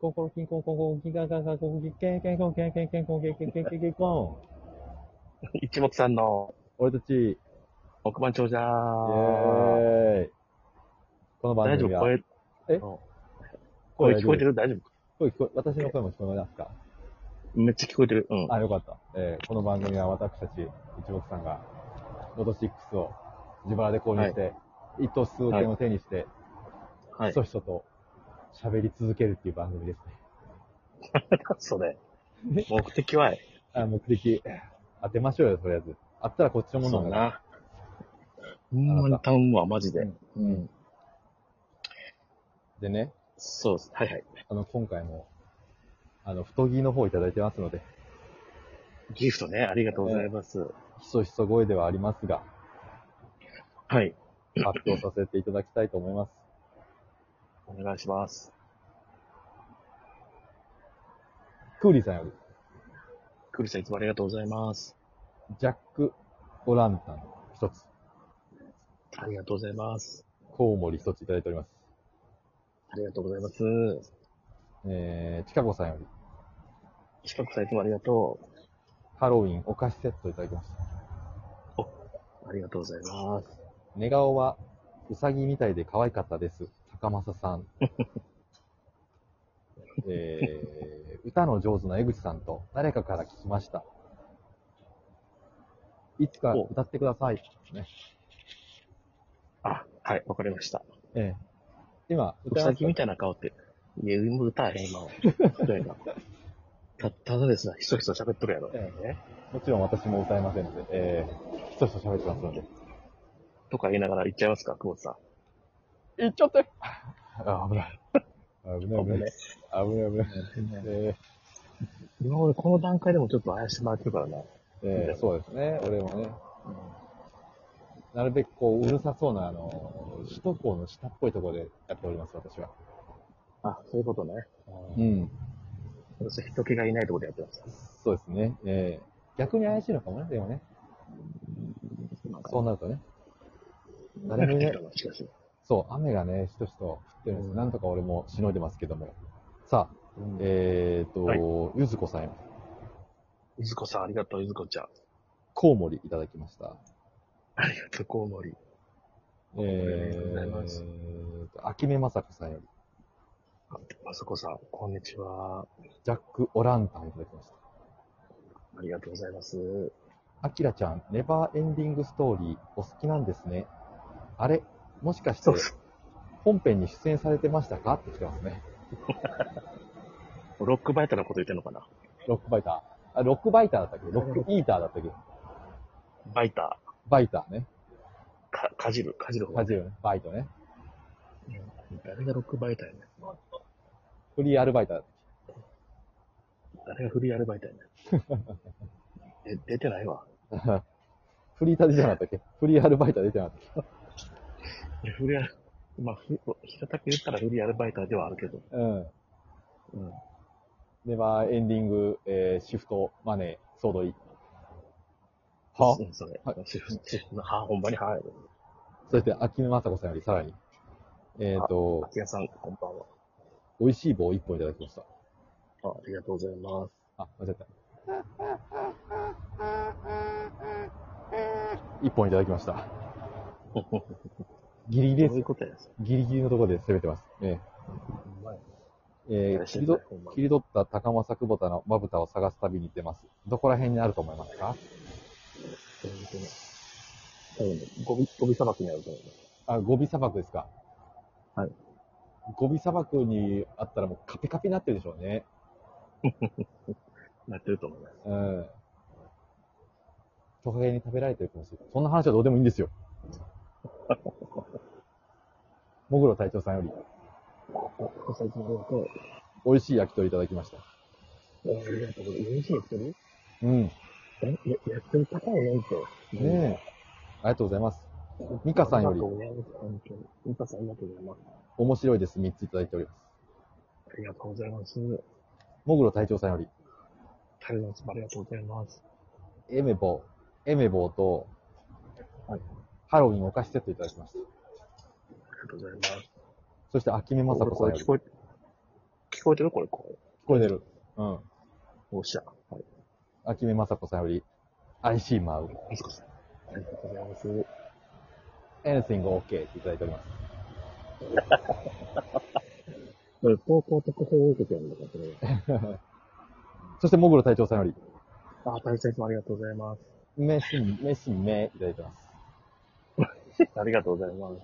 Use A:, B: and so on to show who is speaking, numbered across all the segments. A: コンコロキンコンコンコンキンガガガコンキンケンケンコンケンケンケンコンケンケンケンケンケンコン。
B: 一目さんの
A: 俺たち、イエ
B: 木番長者。
A: ーイ。この番
B: 大丈
A: 組
B: 夫
A: は、
B: 声、
A: え
B: 声聞こえてる大丈夫か
A: 声聞こえ、私の声も聞こえますか
B: めっちゃ聞こえてる。うん。
A: あ、よかった。えーこの番組は私たち、一目さんが、ロト6を自腹で購入して、一等数券を手にして、
B: はい
A: ひ。そひそと喋り続けるっていう番組ですね。
B: それ。目的は、
A: あ、目的、当てましょうよ、とりあえず。あったらこっちのもの
B: そ
A: だ
B: う
A: から
B: な。ほんまに頼むわ、マジで。うん。
A: でね、
B: そうです。はいはい。
A: あの、今回も、あの、太着の方いただいてますので、
B: ギフトね、ありがとうございます。
A: ひそひそ声ではありますが、
B: はい。
A: 発表させていただきたいと思います。
B: お願いします。
A: クーリーさんより、
B: クリさんいつもありがとうございます。
A: ジャック・オランタン一つ、
B: ありがとうございます。
A: コウモリ一ついただいております。
B: ありがとうございます。
A: えー、チカゴさんより、
B: 四角さんいつもありがとう。
A: ハロウィンお菓子セットいただきました。
B: ありがとうございます。
A: 寝顔は、うさぎみたいで可愛かったです。高政さん。えー、歌の上手な江口さんと誰かから聞きました。いつか
B: お
A: 歌ってください。ね、
B: あ、はい、わかりました。
A: ええ今、
B: う
A: 歌い
B: さ
A: ます
B: ぎみたいな顔って。いや、今歌えへん、 今は。歌えへんた、ただですな、ひそひそ喋っとるやろ。
A: えもちろん私も歌えませんので、えー、ひとひと喋ってますので。
B: とか言いながら行っちゃいますか、久保田さん。
A: いっちゃってあ、危ない。 危ない、危ない。危ない、危ない。え
B: 今俺この段階でもちょっと怪しまれてるからな。
A: ーえーそうですね、俺もね。なるべくこう、うるさそうな、あの、首都高の下っぽいところでやっております、私は。
B: あ、そういうことね。
A: ん。
B: 私人気がいないところでやってました。
A: そうですね。えー、逆に怪しいのかもね、でもね。そうなるとね。誰もいない
B: か。しかし。
A: そう、雨がね、しとしと降ってるんです。
B: うん
A: なんとか俺もしのいでますけども。さあ、えーと、
B: はい
A: ゆずこさんへ、
B: ゆずこさん、ありがとう、ゆずこちゃん。
A: コウモリいただきました。
B: ありがとう、コウモリ。
A: え
B: ありがとうございます
A: と、秋目まさこさんより、
B: あそこさん、こんにちは。
A: ジャック・オランタンいただきました。
B: ありがとうございます。
A: あきらちゃん、ネバーエンディングストーリー、お好きなんですね。あれ、もしかして、
B: す。
A: 本編に出演されてましたかって来てますね。
B: ロックバイトのこと言ってんのかな
A: ロックバイター。あ、ロックバイターだったっけロックイーターだったっけ
B: バイタ
A: バイターね。
B: ー。か、かじる、かじる方
A: カ。ジュアルね。バイトね。
B: 誰がロックバイターやねん
A: フリーアルバイターだっ
B: 誰がフリーアルバイター やねんえ、出てないわ。
A: たっけ フリーター出てなかったっけフリーアルバイター出てなかったっ
B: いやフリーアル、まあ、ふ平たく言ったらフリーアルバイターではあるけど。
A: けうん。
B: うん。
A: ネバーエンディング、えー、シフト、マネー、総取り。は
B: うん、それ。
A: は
B: はいはほんまにはやろ。
A: そして、秋沼雅子さんよりさらに、えっ、と、
B: 秋谷さん、こんばんは。
A: 美味しい棒一本いただきました。
B: あありがとうございます。
A: あ、間違った。一本いただきました。ギリギリで
B: ど
A: す
B: ういう。ことやねん。
A: ギリギリのところで攻めてます。え
B: ほんまや
A: ええー切り取
B: ほんま
A: 切り取った高政久保田のまぶたを探す旅に出ます。どこら辺にあると思いますか
B: ほんとに多分ね、ゴミ、ゴミ砂漠にあると思う。
A: あ、ゴビ砂漠ですか
B: はい。
A: ゴビ砂漠にあったらもうカピカピになってるでしょうね。
B: なってると思います。
A: うん。トカゲに食べられてるかもしれない。そんな話はどうでもいいん ですよ。もぐろ隊長さんより、
B: ここ、ここ最近のと、
A: 美味しい焼き鳥いただきました。
B: えーありがとうございます。美味しい焼き鳥
A: うん。ね
B: え、や、焼き鳥高いねんと。
A: え。ありがとうございます。ミカさんより
B: ありがとうございます本当にミカさん、ありがとうございます。
A: 面白いです。3ついただいております。
B: ありがとうございます。
A: もぐろ隊長さんより、
B: タイガーさん、ありがとうございます。
A: エメボー、エメボーと、
B: はい
A: ハロウィンお菓子セットいただきました。
B: ありがとうございます。
A: そして、秋目雅子さんより
B: 聞、こえて、聞こえてるこれ、こ
A: こえてる。うん。
B: う。おっしゃ。はい。
A: 秋目雅子さんより、I see Mau。
B: マスコさん。ありがとうございます。
A: Anything OK っていただいております。
B: これ、高校特報を受けてるんだから、これ。
A: そして、もぐろ隊長さんより、
B: あ、大先生ありがとうございます。
A: 飯、飯、め、いただいてます。
B: ありがとうございます。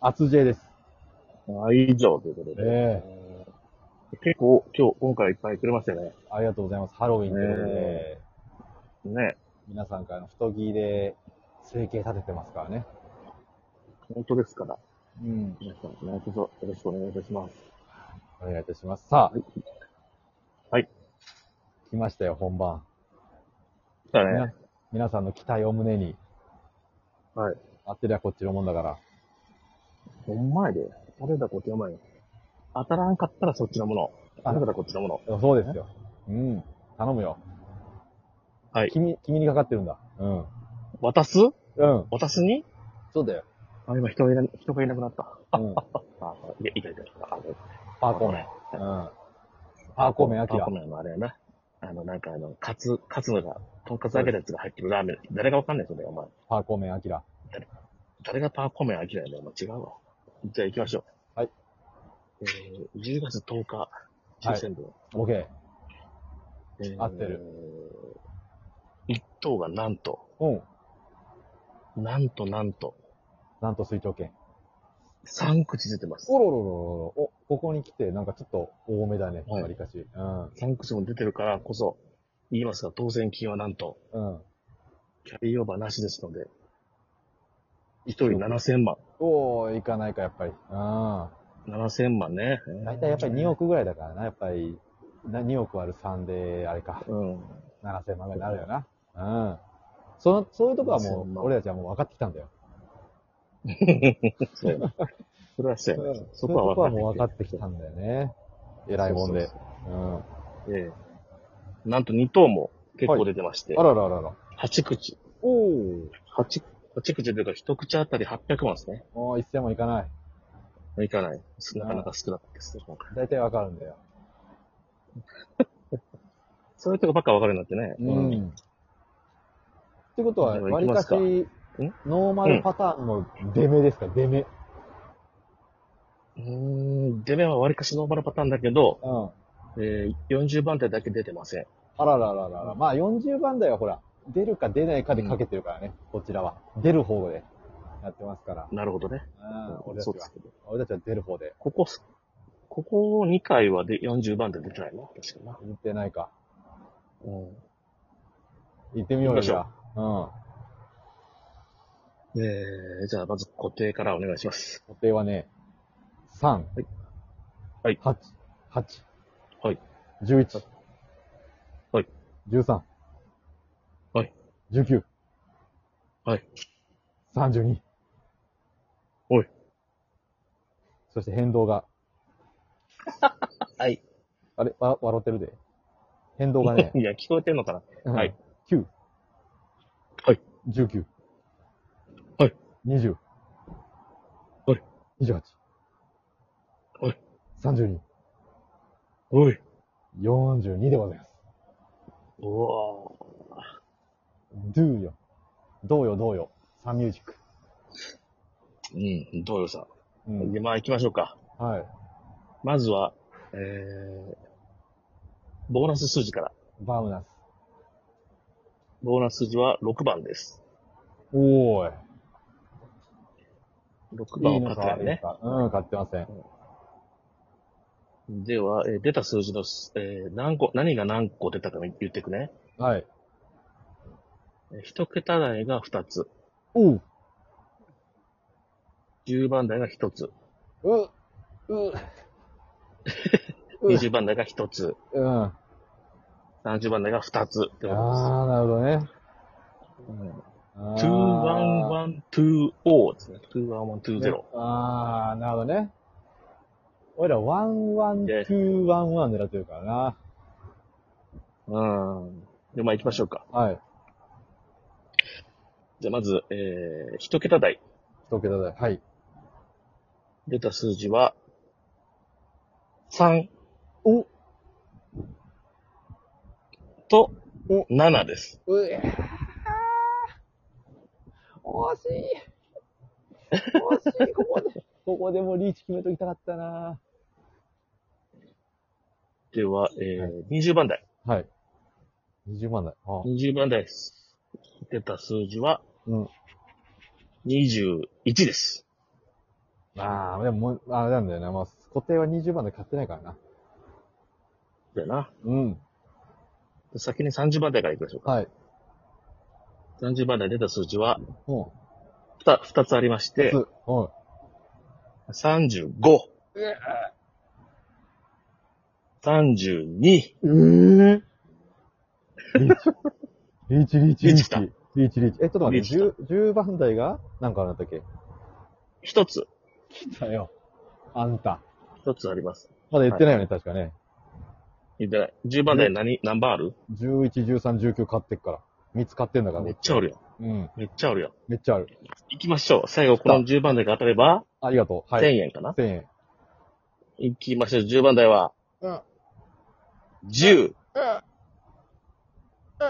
A: 厚 J です。
B: あ、以上ということで。
A: え
B: 結構、今日、今回いっぱいくれましたよね。
A: ありがとうございます。ハロウィンということで、
B: ねね
A: 皆さんからの太着で生計立ててますからね。
B: 本当ですから。
A: うん。
B: 皆さん、何卒よろしくお願いいたします。
A: お願いいたします。さあ。
B: はい。
A: 来ましたよ、本番。
B: だ
A: み
B: ね
A: な。皆さんの期待を胸に、
B: はい。
A: あってりゃこっちのもんだから。
B: ほんまやで。誰だこっちのもの。当たらんかったらそっちのもの。
A: あ
B: 誰だこっちのもの。
A: そうですよ。うん。頼むよ。
B: はい
A: 君、君にかかってるんだ。うん。
B: 渡す
A: うん。
B: 渡すに
A: そうだよ。
B: あ、今人がいな人がいなくなった。
A: うん。
B: あ、いや、いたいたいた。あの
A: パーコーメン。うん。パーコーメン、アキ
B: パ
A: ラ
B: ーコ。メンのあれやな。あの、なんかあの、カツ、カツのが、とんかつ揚げたやつが入ってるラーメン。誰がわかんないですよね、お前。
A: パーコーメン、アキラ。
B: 誰がパーコメン飽きないんだよ、お前違うわ。じゃあ行きましょう。
A: はい。
B: えー、10月10日、抽選分。
A: オッケ
B: えー
A: 合ってる。
B: 一等がなんと、
A: ー。うん。
B: なんとなんと、
A: なんと水長券。
B: 3口出てます。
A: おろろろろろ。お、ここに来て、なんかちょっと多めだね。
B: はい
A: わりかし。うん。
B: 3口も出てるからこそ、言いますが、当選金はなんと、
A: うん。
B: キャリーオーバーなしですので、一人7000万。
A: おー、いかないか、やっぱり。うん。
B: 7000万ね。
A: 大体やっぱり2億ぐらいだからな、やっぱり。な2億割る3で、あれか、
B: うん。
A: 7000万ぐらいになるよな。うん。その、そういうとこはも
B: 7000
A: う、
B: 万
A: 俺たちはもう分かってきたんだよ。
B: そうやな。それはそうやな。そ
A: そういうと
B: こ
A: こは
B: は分
A: もう分か
B: かっ
A: ってて
B: き
A: き
B: て
A: たんだよね。偉いもんで。
B: そう
A: うん。あ
B: そうそうええなんと2等も結構出てまして、
A: らららら。
B: 8口。
A: おー。
B: 8、八口というか1口あたり800万ですね。
A: もう1000もいかない。
B: いかない。なかなか少なかったですね、今回。
A: 大体分かるんだよ。
B: そういうとこばっか分かるようになってね。
A: うん。ってことは、
B: では
A: 割
B: 行き
A: りか
B: ますか
A: し、ノーマルパターンの出目ですか、出目。
B: うん。うーん。出目は割かしノーマルパターンだけど、
A: うん。
B: えー、40番手だけ出てません。
A: あららららら。まあ40番台はほら、出るか出ないかでかけてるからね、こちらは。出る方でやってますから。
B: なるほどね。
A: うん、俺
B: そ
A: たちは
B: うです。けど。
A: 俺たちは出る方で。
B: ここ、ここ2回はで40番手出てないな。確かにな。
A: 言ってないか。
B: うん。
A: 行ってみようよ、
B: 行き
A: じ
B: ま
A: ゃあ。
B: えー、じゃあまず固定からお願いします。
A: うん。固定はね、3、
B: はい
A: 8、8、
B: はい、
A: 11、
B: はい、
A: 13、
B: はい、
A: 19、
B: はい、
A: 32。
B: おい。
A: そして変動が、
B: はい。、
A: あれわ、笑ってるで。変動がね
B: いや、聞こえてんのかなはい。
A: 9。
B: はい。
A: 19。
B: はい。
A: 20。
B: はい。
A: 28。
B: はい。
A: 32。
B: おい。
A: 42でございます。
B: うわ
A: ドゥよ。どうよ、どうよ。サンミュージック。
B: ーうん、どうよさ。
A: うん。
B: で、まあ行きましょうか。
A: はい。
B: まずは、えー、ボーナス数字から。
A: バウナス。
B: ボーナス数字は6番です。
A: おーい。
B: 6
A: い
B: 番
A: い
B: を
A: の
B: 買っ
A: か
B: てない
A: 悪いのか。
B: ね。
A: うん、買ってません。
B: では、えー出た数字のす、えー何個、何が何個出たか言ってくね。
A: はい。
B: えー一桁台が2つ。
A: おう。
B: 10番台が1つ。
A: う、 う、う
B: 20番台が1つ。
A: うん。あ
B: 30番台が2つ。って
A: ー、
B: こ
A: なるほどね。
B: とです。
A: あー
B: 21120ですね。21120。
A: あー、なるほどね。俺ら11211狙ってるからな。
B: うん。で、まあ行きましょうか。
A: はい。
B: じゃあまず、えー、一桁台。
A: 一桁台。はい。
B: 出た数字は、3、
A: お
B: と
A: お、
B: 7です。
A: うえー惜しい惜しいここで、 ここでもうリーチ決めときたかったな
B: では、えー、20番台。
A: はい。20万台。ああ
B: 20番台です。出た数字は
A: うん。
B: 21です。
A: ああ、でももう、あれなんだよな。まあ、固定は20万で買ってないからな。
B: だよな。
A: うん。
B: 先に30番台からいきましょうか。
A: はい。
B: 30番台出た数字は
A: うん。
B: 2、二つありまして、
A: つうん。
B: 35、
A: うえ
B: 32、
A: ぇリーチ、リーチ、
B: リ
A: リー
B: ーチ来
A: チ
B: た。
A: リーチ、リーチ。え、ちょっと待って、
B: リー
A: 10, 10番台が何からなったっけ
B: 1つ、
A: 来たよ。あんた。
B: 1つあります。
A: まだ言ってないよね、確かね。
B: 言ってない10番台何、何番ある
A: 11、13、19買ってっから。3つ買ってんだから。
B: めっちゃあるよ。
A: うん。
B: めっちゃあるよ。
A: めっちゃある。
B: 行きましょう。最後、この10番台が当たれば、
A: ありがとう。は
B: 1000
A: い。
B: 円かな。
A: 1000円。
B: 行きましょう。10番台は、
A: うん
B: 10、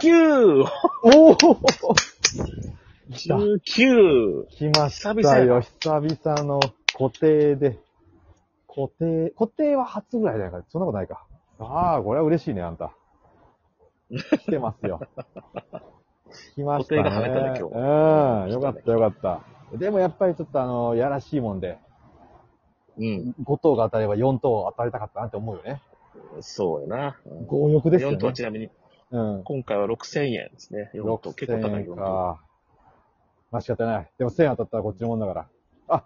B: 9、
A: おお来た。
B: 19、
A: 来ました
B: 久々や
A: よ。久々の固定で。固定、固定は初ぐらいじゃないか。そんなことないか。ああ、これは嬉しいね、あん た。来てますよ。来ましたね。
B: 固定が跳ねたね今
A: うん、よかったよかった。でもやっぱりちょっとあの、やらしいもんで、
B: うん、
A: 5等が当たれば4等当たりたかったなって思うよね。
B: そうやな。
A: 強欲ですよね。
B: 4とはちなみに、
A: うん。
B: 今回は6000円ですね。4と結構高
A: 6000
B: い
A: 円
B: 4と。
A: か。まあ仕方ない。でも1000円当たったらこっちのもんだから。あ、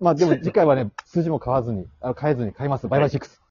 A: まあでも次回はね、数字も買わずに、あの変えずに買います。バイバイシックス。